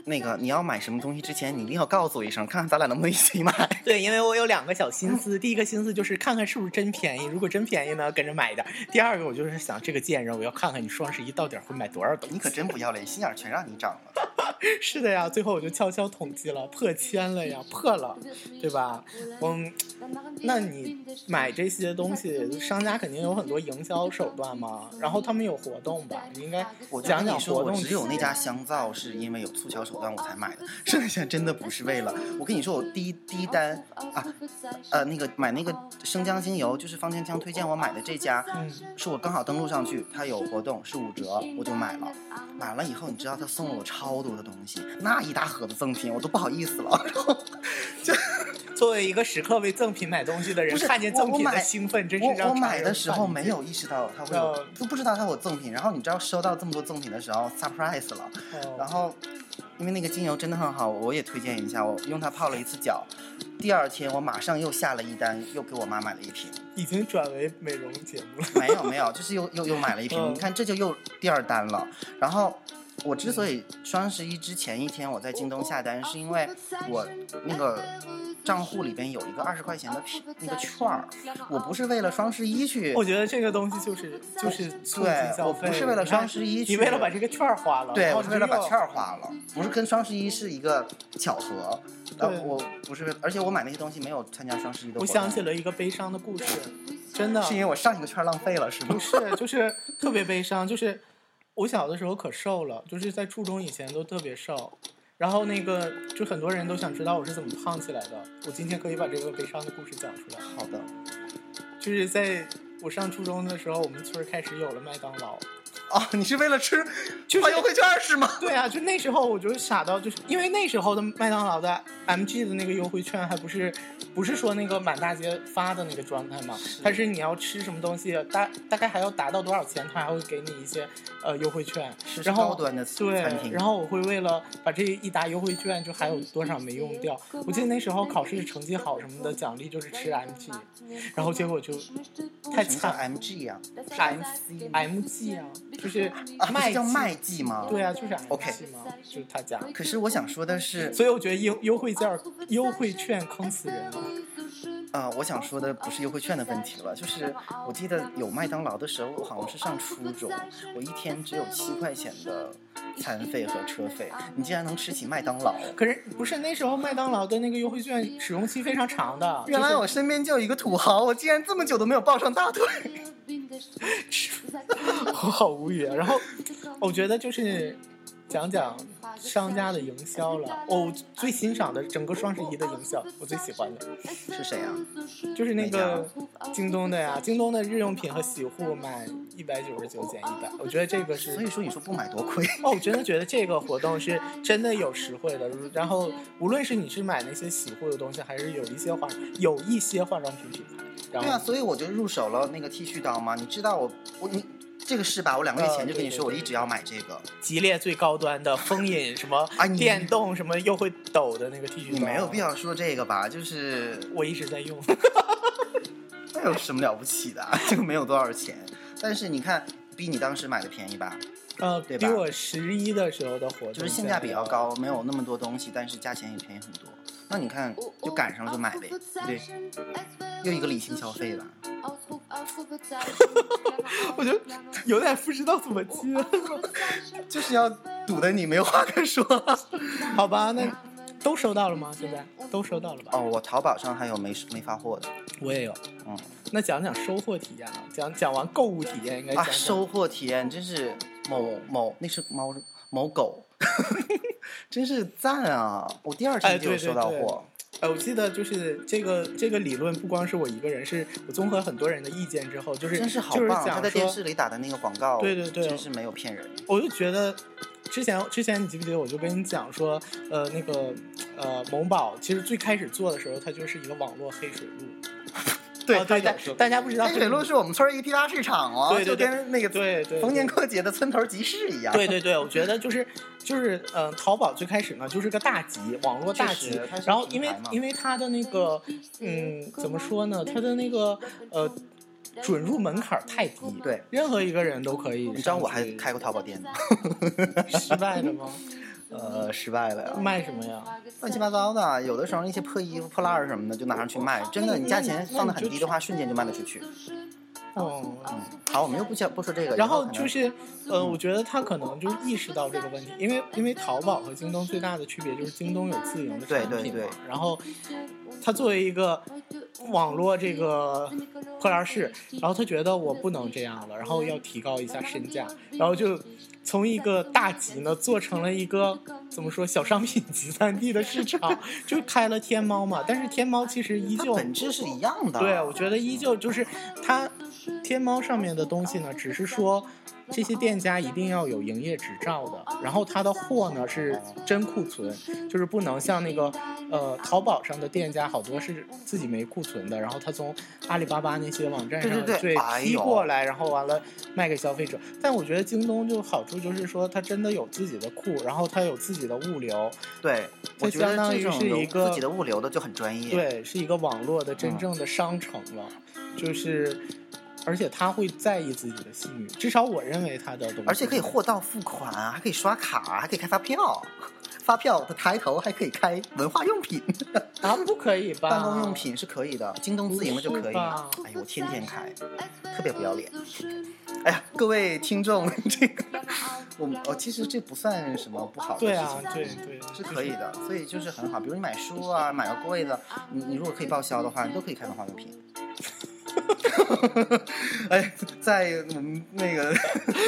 Speaker 2: 那个你要买什么东西之前，你一定要告诉我一声，看看咱俩能不能一起买。
Speaker 3: 对，因为我有两个小心思，第一个心思就是看看是不是真便宜，如果真便宜呢，跟着买一点；第二个我就是想这个贱人，我要看看你双十一到底会买多少东西。
Speaker 2: 你可真不要脸，心眼儿全让你长了。
Speaker 3: 是的呀，最后我就悄悄统计了，破千了呀，破了，对吧？嗯，那你买这些东西，商家肯定有很多营销手段嘛，然后他们有活动吧？你应该
Speaker 2: 我就
Speaker 3: 讲
Speaker 2: 跟
Speaker 3: 讲
Speaker 2: 你说，
Speaker 3: 活
Speaker 2: 我
Speaker 3: 动。
Speaker 2: 只有那家，香皂是因为有促销手段我才买的，剩下真的不是为了。我跟你说，我第一第一单啊，呃，那个买那个生姜精油，就是方锵锵推荐我买的这家，
Speaker 3: 嗯，
Speaker 2: 是我刚好登录上去，它有活动是五折，我就买了。买了以后，你知道他送了我超多的东西，那一大盒子赠品，我都不好意思了。然后就
Speaker 3: 作为一个时刻为赠品买东西的人
Speaker 2: 不，是
Speaker 3: 看见赠品
Speaker 2: 我我
Speaker 3: 的
Speaker 2: 买
Speaker 3: 兴奋真是让
Speaker 2: 我
Speaker 3: 常
Speaker 2: 我买
Speaker 3: 人
Speaker 2: 的时候
Speaker 3: 犯
Speaker 2: 没
Speaker 3: 贱
Speaker 2: 有意识到它会有
Speaker 3: 嗯，
Speaker 2: 都不知道它有赠品。然后你知道收到这么多赠品的时候，surprise 了。
Speaker 3: 哦
Speaker 2: 然后因为那个精油真的很好，我也推荐一下。我用它泡了一次脚，第二天我马上又下了一单，又给我妈买了一瓶。
Speaker 3: 已经转为美容节目了。
Speaker 2: 没有没有，就是又又又买了一瓶。
Speaker 3: 嗯
Speaker 2: 你看这就又第二单了。然后我之所以双十一之前一天我在京东下单，是因为我那个账户里边有一个二十块钱的皮那个券儿，我不是为了双十一去。
Speaker 3: 我觉得这个东西就是就是促进
Speaker 2: 对
Speaker 3: 消
Speaker 2: 我
Speaker 3: 费，
Speaker 2: 不是为了
Speaker 3: 你看
Speaker 2: 双十一
Speaker 3: 你
Speaker 2: 去
Speaker 3: 为了把这个券儿花了，
Speaker 2: 对，
Speaker 3: 然后
Speaker 2: 我是为了把
Speaker 3: 你就
Speaker 2: 券儿花了，不是跟双十一是一个巧合。然
Speaker 3: 对
Speaker 2: 后我不是为，而且我买那些东西没有参加双十一的活
Speaker 3: 我
Speaker 2: 动。
Speaker 3: 想起了一个悲伤的故事，真的
Speaker 2: 是因为我上一个券儿浪费了，是吗
Speaker 3: 不？是，就是特别悲伤。就是我小的时候可瘦了，就是在初中以前都特别瘦。然后那个，就很多人都想知道我是怎么胖起来的。我今天可以把这个悲伤的故事讲出来。
Speaker 2: 好的。
Speaker 3: 就是在我上初中的时候，我们村儿开始有了麦当劳。
Speaker 2: 哦，你是为了 吃
Speaker 3: 就是
Speaker 2: 花优惠券儿是 吗？
Speaker 3: 对啊，就那时候我就傻到，就是因为那时候的麦当劳的 MG 的那个优惠券，还不是不是说那个满大街发的那个状态嘛，它是你要吃什么东西，大大概还要达到多少钱，它还会给你一些呃优惠券。
Speaker 2: 是
Speaker 3: 然后
Speaker 2: 高端的餐
Speaker 3: 对，
Speaker 2: 厅。
Speaker 3: 然后我会为了把这一沓优惠券，就还有多少没用掉。我记得那时候考试成绩好什么的，奖励就是吃 MG，然后结果就太
Speaker 2: 什么叫
Speaker 3: 惨
Speaker 2: MG 呀、
Speaker 3: ，M MG 啊，就是
Speaker 2: 啊？不
Speaker 3: 麦
Speaker 2: 是叫
Speaker 3: 记
Speaker 2: 麦记吗？
Speaker 3: 对啊，就是
Speaker 2: OK
Speaker 3: MG 嘛，就是他家。
Speaker 2: 可是我想说的是，
Speaker 3: 所以我觉得优优惠券、优惠券坑死人了。
Speaker 2: 啊，我想说的不是优惠券的问题了，就是我记得有麦 当 劳的时候，我好像是上初中，我一天只有七块钱的餐费和车费，你竟然能吃起麦当劳。
Speaker 3: 可是不是那时候麦当劳的那个优惠券使用期非常长的，
Speaker 2: 原来我身边就有一个土豪，我竟然这么久都没有抱上大腿。
Speaker 3: 我好无语啊。然后我觉得就是讲讲商家的营销了。我最欣赏的整个双十一的营销，我最喜欢的
Speaker 2: 是谁啊？
Speaker 3: 就是那
Speaker 2: 哪
Speaker 3: 个京东的呀，哦京东的日用品和洗护满一百九十九减一百，我觉得这个是
Speaker 2: 所以说你说不买多亏，
Speaker 3: 哦，我真的觉得这个活动是真的有实惠的。如然后，无论是你是买那些洗护的东西，还是有一些化有一些化妆品品牌，然
Speaker 2: 对啊，
Speaker 3: 后
Speaker 2: 所以我就入手了那个剃须刀嘛。你知道我我你这个是吧？我两个月前就跟你说我一直要买这个，
Speaker 3: 吉列最高端的风饮什么
Speaker 2: 啊你
Speaker 3: 电动什么又会抖的那个剃须刀，
Speaker 2: 你没有必。要说这个吧？就是
Speaker 3: 我一直在 用，
Speaker 2: 那有什么了不起的、啊？ 就没有多少钱，但是你看，比你当时买的便宜吧？
Speaker 3: 呃，
Speaker 2: 对
Speaker 3: 比
Speaker 2: 吧
Speaker 3: 我十一的时候的活动
Speaker 2: 就是性价比要高，没有那么多东西，但是价钱也便宜很多。那你看，就赶上了就买呗，对，又一个理性消费吧。
Speaker 3: 我就 有点不知道怎么接了。
Speaker 2: 就是要堵得你没话可说。
Speaker 3: 好吧，那都收到了吗？现在都收到了吧？
Speaker 2: 哦，我淘宝上还有没没发货的，
Speaker 3: 我也有。
Speaker 2: 嗯
Speaker 3: 那讲讲收获体验啊，讲讲完购物体验应该
Speaker 2: 啊
Speaker 3: 哎讲，讲
Speaker 2: 收获体验真是某某那是猫某狗， 真是赞啊！我第二
Speaker 3: 哎
Speaker 2: 天就
Speaker 3: 对
Speaker 2: 有
Speaker 3: 对
Speaker 2: 收到货。
Speaker 3: 对呃，我记得就是这个这个理论，不光是我一个人，是我综合很多人的意见之后，就是
Speaker 2: 真是好
Speaker 3: 就是
Speaker 2: 棒！啊他
Speaker 3: 讲
Speaker 2: 在电视
Speaker 3: 说，
Speaker 2: 里打的那个广告，
Speaker 3: 对对对
Speaker 2: 真是没有骗人。
Speaker 3: 我就觉得之前之前你记不记得，我就跟你讲说，呃，那个呃，某宝其实最开始做的时候，它就是一个网络黑水路，哦
Speaker 2: 大
Speaker 3: 对
Speaker 2: 家
Speaker 3: 大大家不知道
Speaker 2: 黑水路
Speaker 3: 黑
Speaker 2: 是我们村儿一批大市场哦，
Speaker 3: 对对对
Speaker 2: 就跟那个
Speaker 3: 对对
Speaker 2: 逢年
Speaker 3: 对
Speaker 2: 过节的村头集市一样。
Speaker 3: 对对对，我觉得就是就是呃，淘宝最开始呢就是个大集，网络大集
Speaker 2: 确实它。是
Speaker 3: 然后
Speaker 2: 品
Speaker 3: 因为
Speaker 2: 牌嘛
Speaker 3: 因为它的那 个嗯，怎么说呢，它的那个呃准入门槛儿太低，
Speaker 2: 对，
Speaker 3: 任何一个人都可以。
Speaker 2: 你知道我还开过淘宝店呢，
Speaker 3: 失败了吗？
Speaker 2: 呃，失败了呀，
Speaker 3: 卖什么呀？
Speaker 2: 乱七八糟的，有的时候那些破衣服、破烂儿什么的就拿上去卖，真的，你价钱放的很低的话，瞬间就卖得出去。
Speaker 3: 哦、
Speaker 2: 嗯，好，我们又不讲不说这个，
Speaker 3: 然
Speaker 2: 后
Speaker 3: 后
Speaker 2: 可能
Speaker 3: 就是，呃，我觉得他可能就意识到这个问题，因为因为淘宝和京东最大的区别就是京东有自营的
Speaker 2: 对
Speaker 3: 产
Speaker 2: 对
Speaker 3: 品嘛，
Speaker 2: 对
Speaker 3: 然后他作为一个网络这个破烂市，然后他觉得我不能这样了，然后要提高一下身价，然后就从一个大集呢做成了一个怎么说小商品集散地的市场，就开了天猫嘛，但是天猫其实依
Speaker 2: 它
Speaker 3: 旧
Speaker 2: 本质是一样的。
Speaker 3: 对，我觉得依旧就是它，天猫上面的东西呢，只是说这些店家一定要有营业执照的，然后它的货呢是真库存，就是不能像那个呃淘宝上的店家好多是自己没库存的，然后他从阿里巴巴那些网站上
Speaker 2: 对对对哎
Speaker 3: 批
Speaker 2: 呦
Speaker 3: 过来，然后完了卖给消费者。但我觉得京东就好处就是说它真的有自己的库，然后它有自己的物流，
Speaker 2: 对，我觉
Speaker 3: 相
Speaker 2: 得
Speaker 3: 当于
Speaker 2: 这种
Speaker 3: 是
Speaker 2: 有
Speaker 3: 一个
Speaker 2: 自己的物流的就很专业。，
Speaker 3: 对，是一个网络的
Speaker 2: 嗯
Speaker 3: 真正的商城了，就是，而且他会在意自己的信誉，至少我认为他的东西，
Speaker 2: 而且可以货到付款啊，还可以刷卡啊，还可以开发票， 发票的抬头还可以开文化用品、
Speaker 3: 啊，不可以吧？
Speaker 2: 办公用品是可以的，京东自营的就可
Speaker 3: 不是
Speaker 2: 以。
Speaker 3: 吧
Speaker 2: 哎呦，我天天开，特别不要脸。哎呀，各位听众， 这个 我我其实这不算什么不好的
Speaker 3: 对
Speaker 2: 事
Speaker 3: 啊
Speaker 2: 情，，
Speaker 3: 对对
Speaker 2: 是可以。的，所以就是很好。比如你买书啊，买个柜子，你你如果可以报销的话，你都可以开文化用品。哎，在我们那个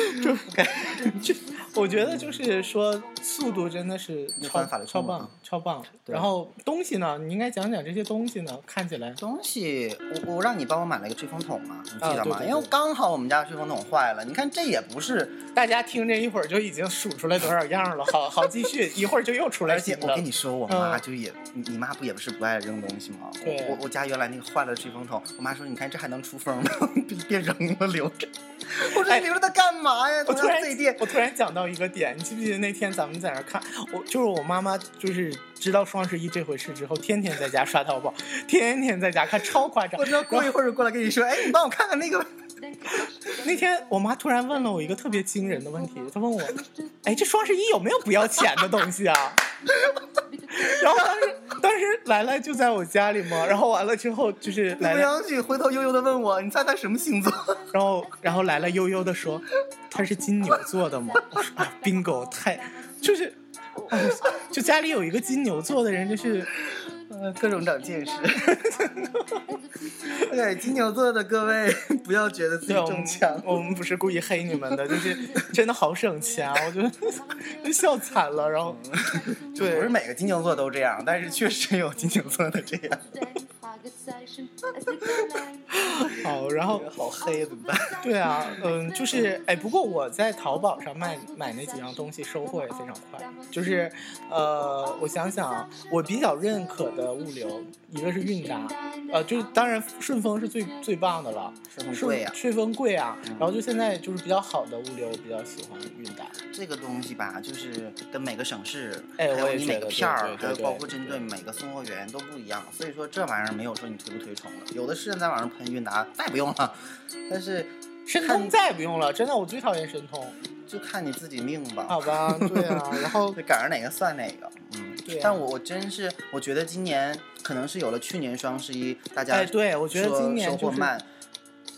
Speaker 3: 我觉得就是说，速度真的是
Speaker 2: 那
Speaker 3: 超
Speaker 2: 算法律
Speaker 3: 超
Speaker 2: 冲突
Speaker 3: 棒，超棒。
Speaker 2: 啊对
Speaker 3: 然后东西呢，你应该讲讲这些东西呢，看起来
Speaker 2: 东西，我我让你帮我买了一个吹风筒嘛，你记
Speaker 3: 啊
Speaker 2: 得
Speaker 3: 对
Speaker 2: 吗？
Speaker 3: 对
Speaker 2: 因为
Speaker 3: 对
Speaker 2: 刚好我们家吹风筒坏了，你看这也不是
Speaker 3: 大家听这一会儿就已经数出来多少样了。好好继续，一会儿就又出来
Speaker 2: 而且
Speaker 3: 新
Speaker 2: 我
Speaker 3: 的
Speaker 2: 跟你说，我妈
Speaker 3: 嗯
Speaker 2: 就也，你你妈不也不是不爱扔东西吗？
Speaker 3: 对
Speaker 2: 我我家原来那个坏了的吹风筒，我妈说你看这还能出风吗？别别扔了，留着。我说
Speaker 3: 哎
Speaker 2: 你留着它干嘛呀？
Speaker 3: 我
Speaker 2: 同
Speaker 3: 突
Speaker 2: 样
Speaker 3: 然
Speaker 2: 费电。
Speaker 3: 我突然讲到一个点，你记不记得那天咱们在那儿看？我就是我妈妈，就是知道双十一这回事之后，天天在家刷淘宝，天天在家看，超夸张
Speaker 2: 我。知道过一会儿过来跟你说，哎，你帮我看看那个。
Speaker 3: 那 天 我妈突然问了我一个特别惊人的问题，她问我，哎，这双十一有没有不要钱的东西 啊？然后当时当时来来就在我家里嘛，然后完了之后就是
Speaker 2: 你
Speaker 3: 来
Speaker 2: 不
Speaker 3: 来，
Speaker 2: 要去回头悠悠的问我，你猜他什么星座？
Speaker 3: 然后然后来了悠悠的说，他是金牛座的吗？我说啊，bingo，太就是。哎就家里有一个金牛座的人，就是
Speaker 2: 呃各种长见识。对，金牛座的各位不要觉得自己
Speaker 3: 对我们
Speaker 2: 中枪。
Speaker 3: 我们不是故意黑你们的，就是真的好省钱啊，我觉得 就笑 惨了。然后，
Speaker 2: 嗯
Speaker 3: 对，
Speaker 2: 不是每个金牛座都这样，但是确实有金牛座的这样。
Speaker 3: 好，然后
Speaker 2: 好黑怎么 办？
Speaker 3: 对啊，嗯，就是哎，不过我在淘宝上卖买那几样东西，收货也非常快。就是呃，我想想啊，我比较认可的物流，一个是韵达，呃，就是当然顺丰是最最棒的了，
Speaker 2: 是很
Speaker 3: 顺
Speaker 2: 嗯贵嗯呀、
Speaker 3: 顺丰贵啊。然后就现在就是比较好的物流，我比较喜欢韵达。
Speaker 2: 这个东西吧，就是跟每个省市，
Speaker 3: 哎
Speaker 2: 还
Speaker 3: 我
Speaker 2: 有
Speaker 3: 也
Speaker 2: 你
Speaker 3: 觉
Speaker 2: 每
Speaker 3: 得
Speaker 2: 个片儿
Speaker 3: 对对，对
Speaker 2: 还有包括
Speaker 3: 对
Speaker 2: 针
Speaker 3: 对
Speaker 2: 对每个送货员都不一样，所以说这玩意儿没有说你推不推崇的。有的是在网上喷韵达，再不用了，但是
Speaker 3: 申通再也不用了，真的，我最讨厌申通。
Speaker 2: 就看你自己命吧。
Speaker 3: 好吧，对 啊，然后
Speaker 2: 就赶上哪个算哪个，嗯，
Speaker 3: 对啊
Speaker 2: 但我我真是，我觉得今年可能是有了去年双十一，大家
Speaker 3: 哎对我觉得
Speaker 2: 说
Speaker 3: 今年
Speaker 2: 收获
Speaker 3: 就是
Speaker 2: 慢，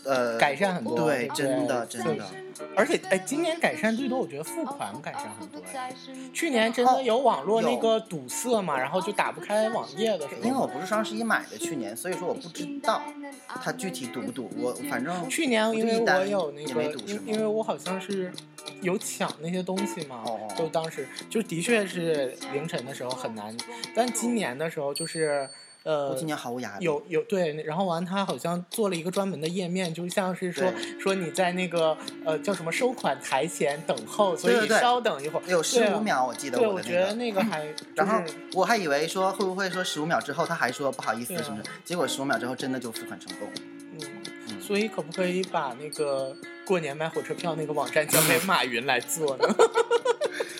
Speaker 2: 呃，
Speaker 3: 改善很多，
Speaker 2: 对，
Speaker 3: 不
Speaker 2: 真的
Speaker 3: 对
Speaker 2: 真的，
Speaker 3: 而且哎，今年改善最多，我觉得付款改善很多呀。去年真
Speaker 2: 哦
Speaker 3: 的有网络那个堵塞嘛，然后就打不开网页的时
Speaker 2: 因为
Speaker 3: 候。
Speaker 2: 我不是双十一买的去年，所以说我不知道它具体堵不堵，我反正
Speaker 3: 去年因为我有那
Speaker 2: 也
Speaker 3: 个
Speaker 2: 没堵是吗，
Speaker 3: 因因为我好像是有抢那些东西嘛
Speaker 2: 哦哦，
Speaker 3: 就当时就的确是凌晨的时候很难，但今年的时候就是呃
Speaker 2: 我，今年毫无压力。
Speaker 3: 有有对，然后完他好像做了一个专门的页面，就像是说说你在那个呃叫什么收款台前等候，所以
Speaker 2: 对对对
Speaker 3: 稍等一会儿。
Speaker 2: 有
Speaker 3: 对
Speaker 2: 十
Speaker 3: 啊
Speaker 2: 五秒，我记得
Speaker 3: 对，
Speaker 2: 我
Speaker 3: 我
Speaker 2: 的
Speaker 3: 觉得
Speaker 2: 那个。
Speaker 3: 那个还就是
Speaker 2: 然后我还以为说会不会说十五秒之后他还说不好意思
Speaker 3: 对啊
Speaker 2: 什么的，结果十五秒之后真的就付款成功。
Speaker 3: 嗯，
Speaker 2: 嗯
Speaker 3: 所以可不可以把那个过年买火车票那个网站交给
Speaker 2: 嗯
Speaker 3: 马云来做呢？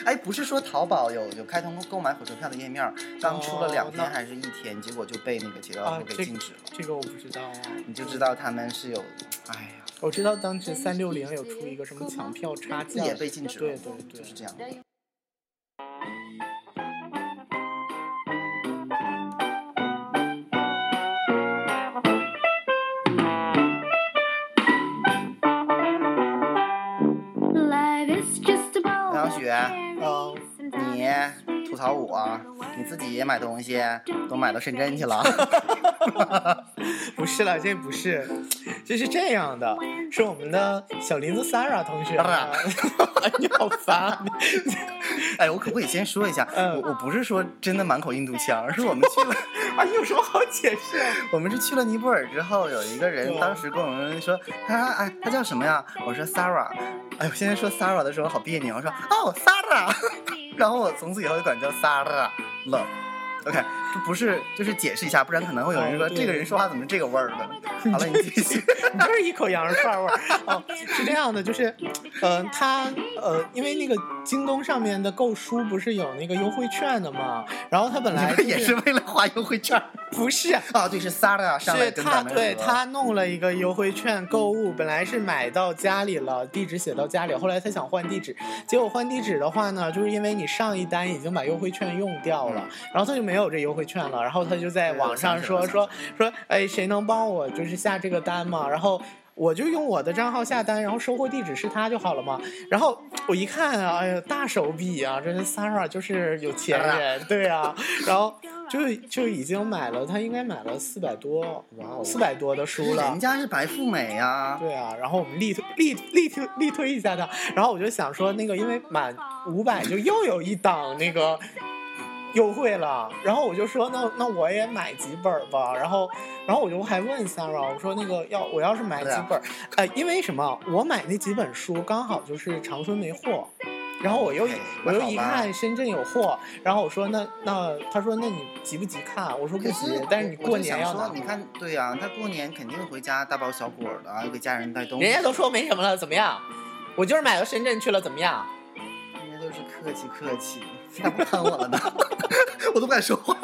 Speaker 2: 哎，不是说淘宝有有开通购买火车票的页面儿，刚出了两天还是一天，结果就被那个铁道
Speaker 3: 哦啊
Speaker 2: 部，
Speaker 3: 这
Speaker 2: 给禁止了。
Speaker 3: 这个我不知道啊。
Speaker 2: 你就知道他们是有，哎呀，
Speaker 3: 我知道当时三六零有出一个什么抢票差价，
Speaker 2: 也被禁止了。
Speaker 3: 对对对
Speaker 2: 就是这样。
Speaker 4: 梁
Speaker 2: 梁
Speaker 4: 雪
Speaker 2: 雪，
Speaker 3: 嗯
Speaker 2: 你吐槽我，你自己也买 东西，都买到深圳去了。
Speaker 3: 不是了，这不是，就是这样的，是我们的小林子 Sara 同学啊， 你好烦啊，
Speaker 2: 哎，我可不可以先说一下？
Speaker 3: 嗯
Speaker 2: 我我不是说真的满口印度腔，而是我们去了，
Speaker 3: 啊，你有什么好解释啊？
Speaker 2: 我们是去了尼泊尔之后，有一个人
Speaker 3: 嗯
Speaker 2: 当时跟我们说，他说哎，他叫什么呀？我说 Sara，哎，我现在说 Sara 的时候好别扭，我说哦 Sara，然 后我从此以后就管叫 Sara 了。OK，这不是就是解释一下，不然可能会有人说、
Speaker 3: 哦对
Speaker 2: 这个人说话怎么这个味儿 的。好了，你继续。
Speaker 3: 你就是一口羊肉串味儿哦，是这样的，就是，呃，他呃，因为那个京东上面的购书不是有那个优惠券的嘛，然后他本来、 就
Speaker 2: 也是为了花优惠券儿
Speaker 3: 不是。
Speaker 2: 啊，对，是 Sara 上来
Speaker 3: 是
Speaker 2: 跟
Speaker 3: 他
Speaker 2: 咱们
Speaker 3: 对
Speaker 2: 说
Speaker 3: 他弄了一个优惠券购物，本来是买到家里了，地址写到家里，后来他想换地址，结果换地址的话呢，就是因为你上一单已经把优惠券用掉了，然后他就没有这优惠券了，然后他就在
Speaker 2: 嗯对
Speaker 3: 网
Speaker 2: 我想
Speaker 3: 上
Speaker 2: 起来
Speaker 3: 说
Speaker 2: 我想
Speaker 3: 说说，哎，谁能帮我就是下这个单吗？然后。我就用我的账号下单，然后收货地址是他就好了嘛。然后我一看啊，哎呀，大手笔啊，这是 Sara 就是有钱人，对啊。然后就就已经买了，他应该买了四百多，哇哦，四百多的书了
Speaker 2: 人。家是白富美呀、
Speaker 3: 对啊，然后我们力推力力推力推一下他，然后我就想说那个，因为满五百就又有一档那个优惠了，然后我就说那那我也买几本儿吧，然后然后我就还问 Sarah，我说那个要我要是买几本儿，
Speaker 2: 啊
Speaker 3: 呃，因为什么？我买那几本书刚好就是长春没货。然后我又
Speaker 2: OK，
Speaker 3: 我
Speaker 2: 哎那
Speaker 3: 又
Speaker 2: 好
Speaker 3: 一
Speaker 2: 吧
Speaker 3: 看深圳有货，然后我说那那他说那你急不急看？啊我说不
Speaker 2: 可
Speaker 3: 急
Speaker 2: 是，，
Speaker 3: 但是你
Speaker 2: 我
Speaker 3: 过
Speaker 2: 就
Speaker 3: 年
Speaker 2: 想
Speaker 3: 要
Speaker 2: 说
Speaker 3: 拿。
Speaker 2: 你看，对呀、他过年肯定回家大包小裹的啊，又给家人带东西。
Speaker 3: 人家都说没什么了，怎么样？我就是买到深圳去了，怎么样？
Speaker 2: 人家都是客气客气，咋不喷我了呢？ 我都不敢说话，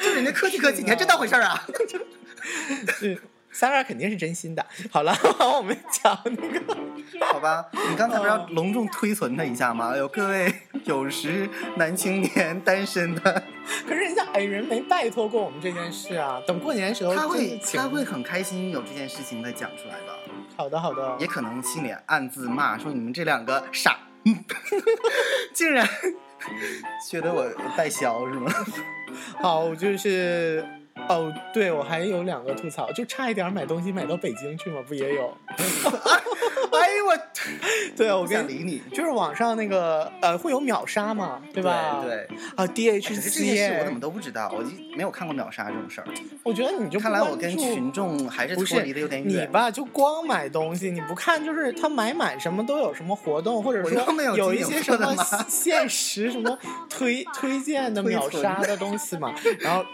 Speaker 2: 就人家客气客气，
Speaker 3: 是的
Speaker 2: 你还真当回事儿啊？
Speaker 3: 是 Sarah 肯定是真心的。好了， 我们讲那个，
Speaker 2: 好吧，你刚才不是
Speaker 3: 嗯
Speaker 2: 要隆重推存他一下吗？有各位有时男青年单 身的，
Speaker 3: 可是人家矮人没拜托过我们这件事啊。等过年时候
Speaker 2: 他
Speaker 3: 真
Speaker 2: 会
Speaker 3: 的请
Speaker 2: 他会很开心有这件事情的讲出来的。
Speaker 3: 好的好的
Speaker 2: 也，可能心里暗自骂说你们这两个傻， 竟然
Speaker 3: 嗯
Speaker 2: 觉得我带 销是吗？
Speaker 3: 好就是哦，对我还有两个吐槽，就差一点买东西买到北京去嘛，不也有？
Speaker 2: 哎呦我，
Speaker 3: 对，我
Speaker 2: 不想
Speaker 3: 跟
Speaker 2: 理你。
Speaker 3: 就是网上那个呃会有秒杀嘛，对吧？
Speaker 2: 对，对
Speaker 3: 啊
Speaker 2: 可是这件事我怎么
Speaker 3: ，DHC，
Speaker 2: 都不知道，我就没有看过秒杀这种事儿。
Speaker 3: 我觉得你就不
Speaker 2: 看来我
Speaker 3: 关
Speaker 2: 跟
Speaker 3: 注
Speaker 2: 群众还是
Speaker 3: 不
Speaker 2: 脱
Speaker 3: 是
Speaker 2: 离的有点
Speaker 3: 你
Speaker 2: 远。
Speaker 3: 吧，就光买东西，你不看就是他买满什么都有什么活动，或者
Speaker 2: 我
Speaker 3: 说
Speaker 2: 又没有
Speaker 3: 有一
Speaker 2: 金
Speaker 3: 些
Speaker 2: 牛
Speaker 3: 什
Speaker 2: 座的
Speaker 3: 么
Speaker 2: 妈
Speaker 3: 限时什么 推推荐的
Speaker 2: 推
Speaker 3: 秒
Speaker 2: 存
Speaker 3: 杀
Speaker 2: 的
Speaker 3: 的东西嘛，然后。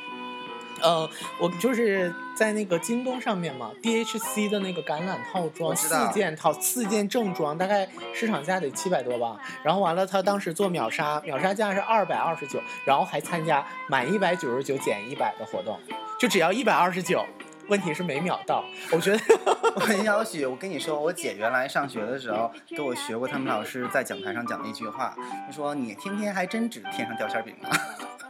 Speaker 3: 呃，我就是在那个京东上面嘛，DHC 的那个橄榄套装
Speaker 2: 我知
Speaker 3: 四
Speaker 2: 道
Speaker 3: 件套，四件正装，大概市场价得七百多吧。然后完了，他当时做秒杀，秒杀价是二百二十九，然后还参加满一百九十九减一百的活动，就只要一百二十九。问题是没秒到，我觉得
Speaker 2: 我很要许，我跟你说，我姐原来上学的时候跟我学过，他们老师在讲台上讲的一句话，她说：“你天天还真指天上掉馅饼啊。”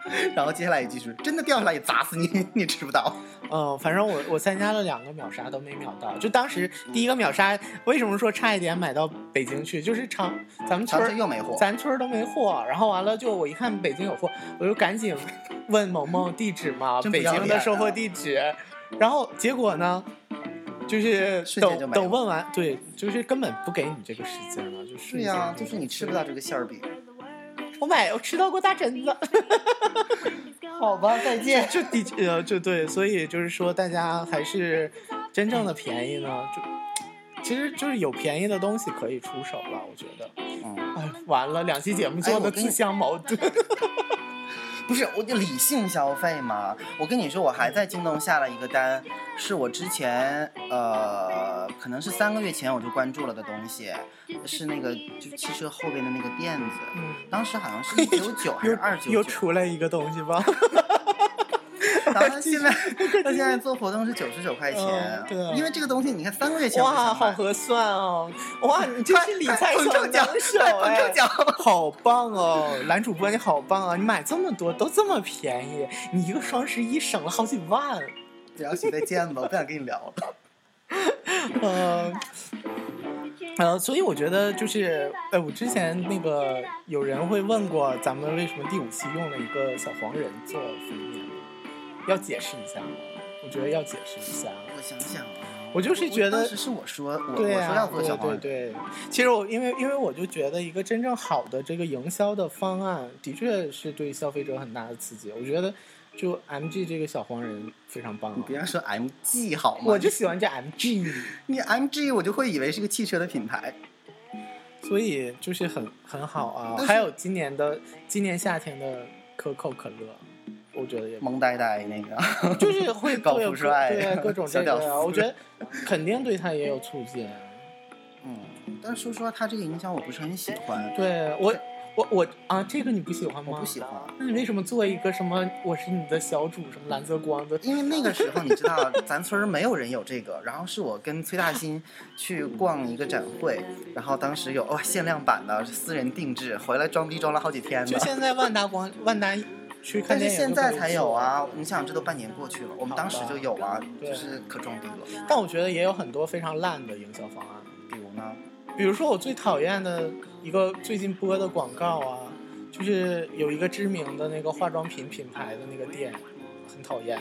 Speaker 2: 然后接下来一句是：“真的掉下来也砸死你， 你吃不到。”
Speaker 3: 嗯，反正我我参加了两个秒杀都没秒到。就当
Speaker 2: 嗯
Speaker 3: 时第一个秒杀，为什么说差一点买到北京去？就是长咱们村
Speaker 2: 长
Speaker 3: 儿
Speaker 2: 春又没货，
Speaker 3: 咱村儿都没货，然后完了就我一看北京有货，我就赶紧问萌萌地址嘛，
Speaker 2: 真不
Speaker 3: 北
Speaker 2: 要脸啊
Speaker 3: 京的售货地址。然后结果呢，就是
Speaker 2: 瞬间就
Speaker 3: 等
Speaker 2: 没
Speaker 3: 等
Speaker 2: 了
Speaker 3: 问完，对，就是根本不给你这个时间了，就瞬
Speaker 2: 对
Speaker 3: 间
Speaker 2: 呀、
Speaker 3: 没
Speaker 2: 就是
Speaker 3: 了
Speaker 2: 你吃不到这个馅儿饼。
Speaker 3: 我买我吃到过大榛子。
Speaker 2: 好吧，再见。
Speaker 3: 就的确呃，就对，所以就是说，大家还是真正的便宜呢，就其实就是有便宜的东西可以出手了，我觉得。
Speaker 2: 嗯，
Speaker 3: 哎，完了，两期节目做
Speaker 2: 哎
Speaker 3: 的
Speaker 2: 我跟
Speaker 3: 自
Speaker 2: 你
Speaker 3: 相矛盾。
Speaker 2: 不是，我就理性消费嘛。我跟你说，我还在京东下了一个单，是我之前呃，可能是三个月前我就关注了的东西，是那个就汽车后边的那个垫子，
Speaker 3: 嗯，
Speaker 2: 当时好像是一九九还
Speaker 3: 又
Speaker 2: 是二九
Speaker 3: 又
Speaker 2: 九，
Speaker 3: 出来一个东西吧？
Speaker 2: 然后它现在它现在做活动是九十九块钱
Speaker 3: 嗯，对啊
Speaker 2: 因为这个东西你看三个月前我就
Speaker 3: 哇，
Speaker 2: 想
Speaker 3: 好
Speaker 2: 买
Speaker 3: 合算哦！哇，你真是理财
Speaker 2: 捧
Speaker 3: 小
Speaker 2: 正脚
Speaker 3: 能手
Speaker 2: 捧
Speaker 3: 哎
Speaker 2: 正！脚。
Speaker 3: 好棒哦，蓝主播你好棒啊！你买这么多都这么便宜，你一个双十一省了好几万。
Speaker 2: 只要许再见吧，我不想跟你聊了。
Speaker 3: 呃，呃，所以我觉得就是，哎，我之前那个有人会问过，咱们为什么第五期用了一个小黄人做封面，要解释一下吗？我觉得要解释一下。
Speaker 2: 我想想啊，
Speaker 3: 我就是觉得
Speaker 2: 当时是我说我、
Speaker 3: 对
Speaker 2: 我说要
Speaker 3: 啊，
Speaker 2: 做
Speaker 3: 对
Speaker 2: 小黄
Speaker 3: 对
Speaker 2: 人，
Speaker 3: 对。其实我因为因为我就觉得一个真正好的这个营销的方案，的确是对消费者很大的刺激。我觉得就 MG 这个小黄人非常棒、
Speaker 2: 你
Speaker 3: 啊，
Speaker 2: 不要说 MG 好吗？
Speaker 3: 我就喜欢这 MG，
Speaker 2: 你 MG 我就会以为是个汽车的品牌。
Speaker 3: 所以就是很很好啊。
Speaker 2: 但是
Speaker 3: 还有今年的今年夏天的可口可乐，我觉得也不
Speaker 2: 萌呆呆那个，
Speaker 3: 就是会
Speaker 2: 搞
Speaker 3: 对
Speaker 2: 不出来
Speaker 3: 对各种这
Speaker 2: 小屌
Speaker 3: 个啊，
Speaker 2: 丝
Speaker 3: 我觉得肯定对他也有促进。
Speaker 2: 嗯，但是说实话，他这个营销我不是很喜欢，
Speaker 3: 对我我我啊，这个你不喜欢吗？
Speaker 2: 我不喜欢。
Speaker 3: 那你为什么做一个什么我是你的小主什么蓝色光的？
Speaker 2: 因为那个时候你知道，咱村儿没有人有这个。然后是我跟崔大新去逛一个展会，然后当时有哇、限量版的私人定制，回来装逼装了好几天
Speaker 3: 就
Speaker 2: 呢。
Speaker 3: 现在万达广万达去看
Speaker 2: 但是
Speaker 3: 电影，
Speaker 2: 现在才有。啊！你想，这都半年过去了，我们当时就有啊，
Speaker 3: 对
Speaker 2: 就是可装逼了。
Speaker 3: 但我觉得也有很多非常烂的营销方案，
Speaker 2: 比如呢，
Speaker 3: 比如说我最讨厌的一个最近播的广告啊，就是有一个知名的那个化妆品品牌的那个店。很讨厌，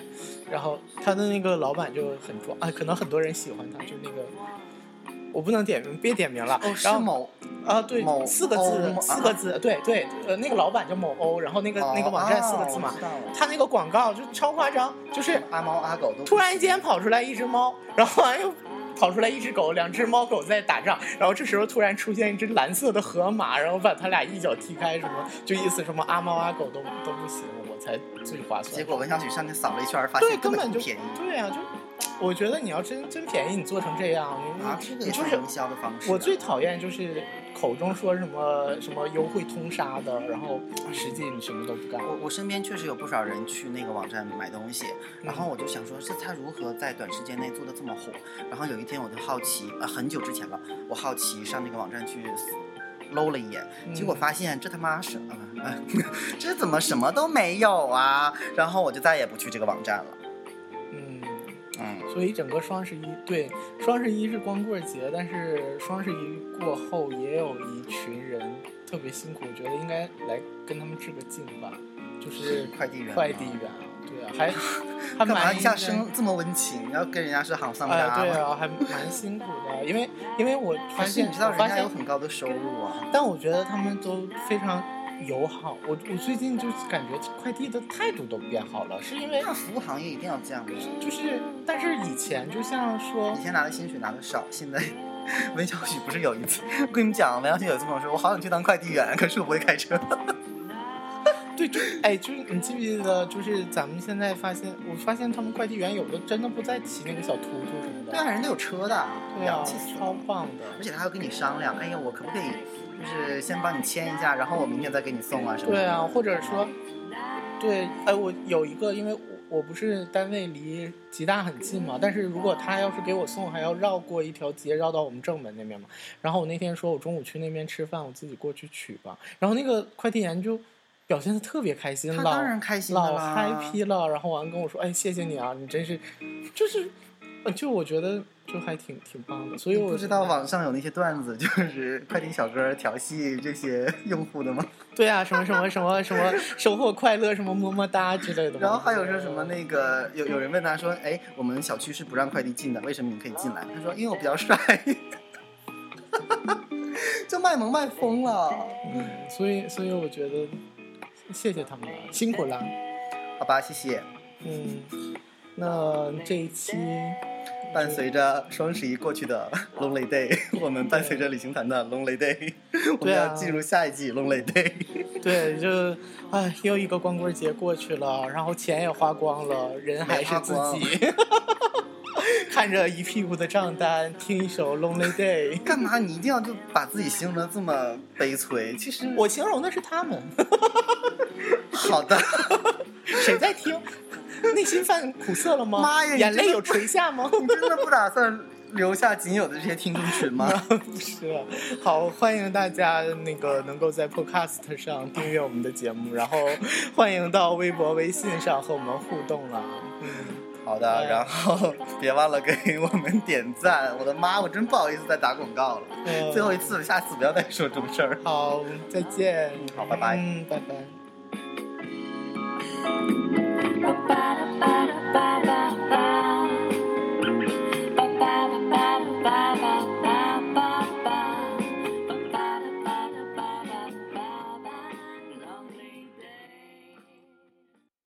Speaker 3: 然后他的那个老板就很装啊，可能很多人喜欢他，就那个我不能点名，别点名了。
Speaker 2: 哦，是
Speaker 3: 然后
Speaker 2: 某
Speaker 3: 啊，对
Speaker 2: 某，
Speaker 3: 四个
Speaker 2: 欧
Speaker 3: 字，
Speaker 2: 吗
Speaker 3: 四个字，对对，呃，那个老板叫某欧，然后那个
Speaker 2: 哦
Speaker 3: 那个网站四个字嘛
Speaker 2: 哦我，知道了
Speaker 3: 他那个广告就超夸张，就是
Speaker 2: 阿猫阿狗都
Speaker 3: 突然间跑出来一只猫，然后完又跑出来一只狗，两只猫狗在打仗，然后这时候突然出现一只蓝色的河马，然后把他俩一脚踢开，什么就意思什么阿猫阿狗都都不行，我才最划算。
Speaker 2: 结果文小许上去扫了一圈儿，发
Speaker 3: 对，
Speaker 2: 现
Speaker 3: 根本
Speaker 2: 本
Speaker 3: 就
Speaker 2: 不便宜
Speaker 3: 对啊，就我觉得你要真真便宜，你做成这样，你
Speaker 2: 啊！这个也
Speaker 3: 嗯你就是是
Speaker 2: 营销的方式啊。
Speaker 3: 我最讨厌就是口中说什么什么优惠通杀的，然后实际你什么都不干。
Speaker 2: 我我身边确实有不少人去那个网站买东西，然
Speaker 3: 嗯
Speaker 2: 后我就想说，这他如何在短时间内做的这么火？然后有一天我就好奇，呃，很久之前了，我好奇上那个网站去搂了一眼，结
Speaker 3: 嗯
Speaker 2: 果发现这他妈什么、 啊这怎么什么都没有啊？然后我就再也不去这个网站了。
Speaker 3: 嗯，
Speaker 2: 嗯，
Speaker 3: 所以整个双十一，对，双十一是光棍节，但是双十一过后也有一群人特别辛苦，我觉得应该来跟他们致个敬吧，就是
Speaker 2: 快递员，
Speaker 3: 快递。员，对啊， 还还
Speaker 2: 干嘛
Speaker 3: 蛮
Speaker 2: 一下
Speaker 3: 应该
Speaker 2: 声这么温情？要跟人家说行丧
Speaker 3: 哎
Speaker 2: 家、
Speaker 3: 呀，对啊，还蛮辛苦的，因为因为我发
Speaker 2: 还是
Speaker 3: 现，
Speaker 2: 你知道
Speaker 3: 我
Speaker 2: 人
Speaker 3: 发
Speaker 2: 家
Speaker 3: 现
Speaker 2: 有很高的收入啊？
Speaker 3: 但我觉得他们都非常友好。我我最近就感觉快递的态度都变好了，是因为
Speaker 2: 那服务行业一定要这样吗？
Speaker 3: 就是，但是以前就像说
Speaker 2: 以，前拿的薪水拿的少，现在 文小许不是有一次，我跟你们讲，文小许有一次跟我说，我好想去当快递员，可是我不会开车。
Speaker 3: 对，就哎，就是你记不记得，就是咱们现在发现，我发现他们快递员有的真的不再骑那个小突突什么
Speaker 2: 对
Speaker 3: 的，
Speaker 2: 啊，人家有车的，
Speaker 3: 对
Speaker 2: 洋
Speaker 3: 啊
Speaker 2: 气死，
Speaker 3: 超
Speaker 2: 了。
Speaker 3: 棒的。
Speaker 2: 而且他还要跟你商量，哎呀，我可不可以就是先帮你签一下，然后我明天再给你送啊什么
Speaker 3: 对
Speaker 2: 的。
Speaker 3: 啊，或者说，对，哎，我有一个，因为我我不是单位离吉大很近嘛，但是如果他要是给我送，还要绕过一条街，绕到我们正门那边嘛。然后我那天说我中午去那边吃饭，我自己过去取吧。然后那个快递员就表现的特别开心，
Speaker 2: 他
Speaker 3: 老
Speaker 2: 当然开心的
Speaker 3: 老
Speaker 2: 啦
Speaker 3: happy 了，然后完跟我说，哎，谢谢你啊，你真是，就是，呃就我觉得就还挺挺棒的，所以
Speaker 2: 你
Speaker 3: 我
Speaker 2: 不知道网上有那些段子，就是快递小哥调戏这些用户的吗？
Speaker 3: 对啊，什么什么什么什么收获快乐，什么么么哒之类的嘛。
Speaker 2: 然后还有说什么那个有有人问他说，哎，我们小区是不让快递进的，为什么你可以进来？他说因为我比较帅， 就卖萌卖疯了。
Speaker 3: 嗯，所以所以我觉得，谢谢他们了，辛苦了。
Speaker 2: 好吧，谢谢。
Speaker 3: 嗯，那这一期
Speaker 2: 伴随着双十一过去的 Lonely Day，我们 伴随着旅行团的 Lonely Day，我 们
Speaker 3: 对啊
Speaker 2: 要进入下一季 Lonely Day。
Speaker 3: 对就哎又一个光棍节过去了，然后钱也花光了，人 还是自己。 看着一屁股的账单，听一首《Lonely Day》，
Speaker 2: 干嘛你一定要就把自己形容的这么悲催？其实
Speaker 3: 我形容的是他们，
Speaker 2: 好的，
Speaker 3: 谁在听？内心犯苦涩了吗？
Speaker 2: 妈呀你
Speaker 3: 眼泪
Speaker 2: 真的
Speaker 3: 有垂下 吗？
Speaker 2: 你真的不打算留下仅有的这些听众群吗？
Speaker 3: 不是，好，欢迎大家那个能够在 Podcast 上订阅我们的节目，然后欢迎到微博、微信上和我们互动了。嗯，
Speaker 2: 好的，然后别忘了给我们点赞。我的妈，我真不好意思再打广告了，
Speaker 3: 呃
Speaker 2: 最后一次了，下次不要再说这种事儿。
Speaker 3: 好，再见。
Speaker 2: 好拜拜
Speaker 3: 嗯，拜拜。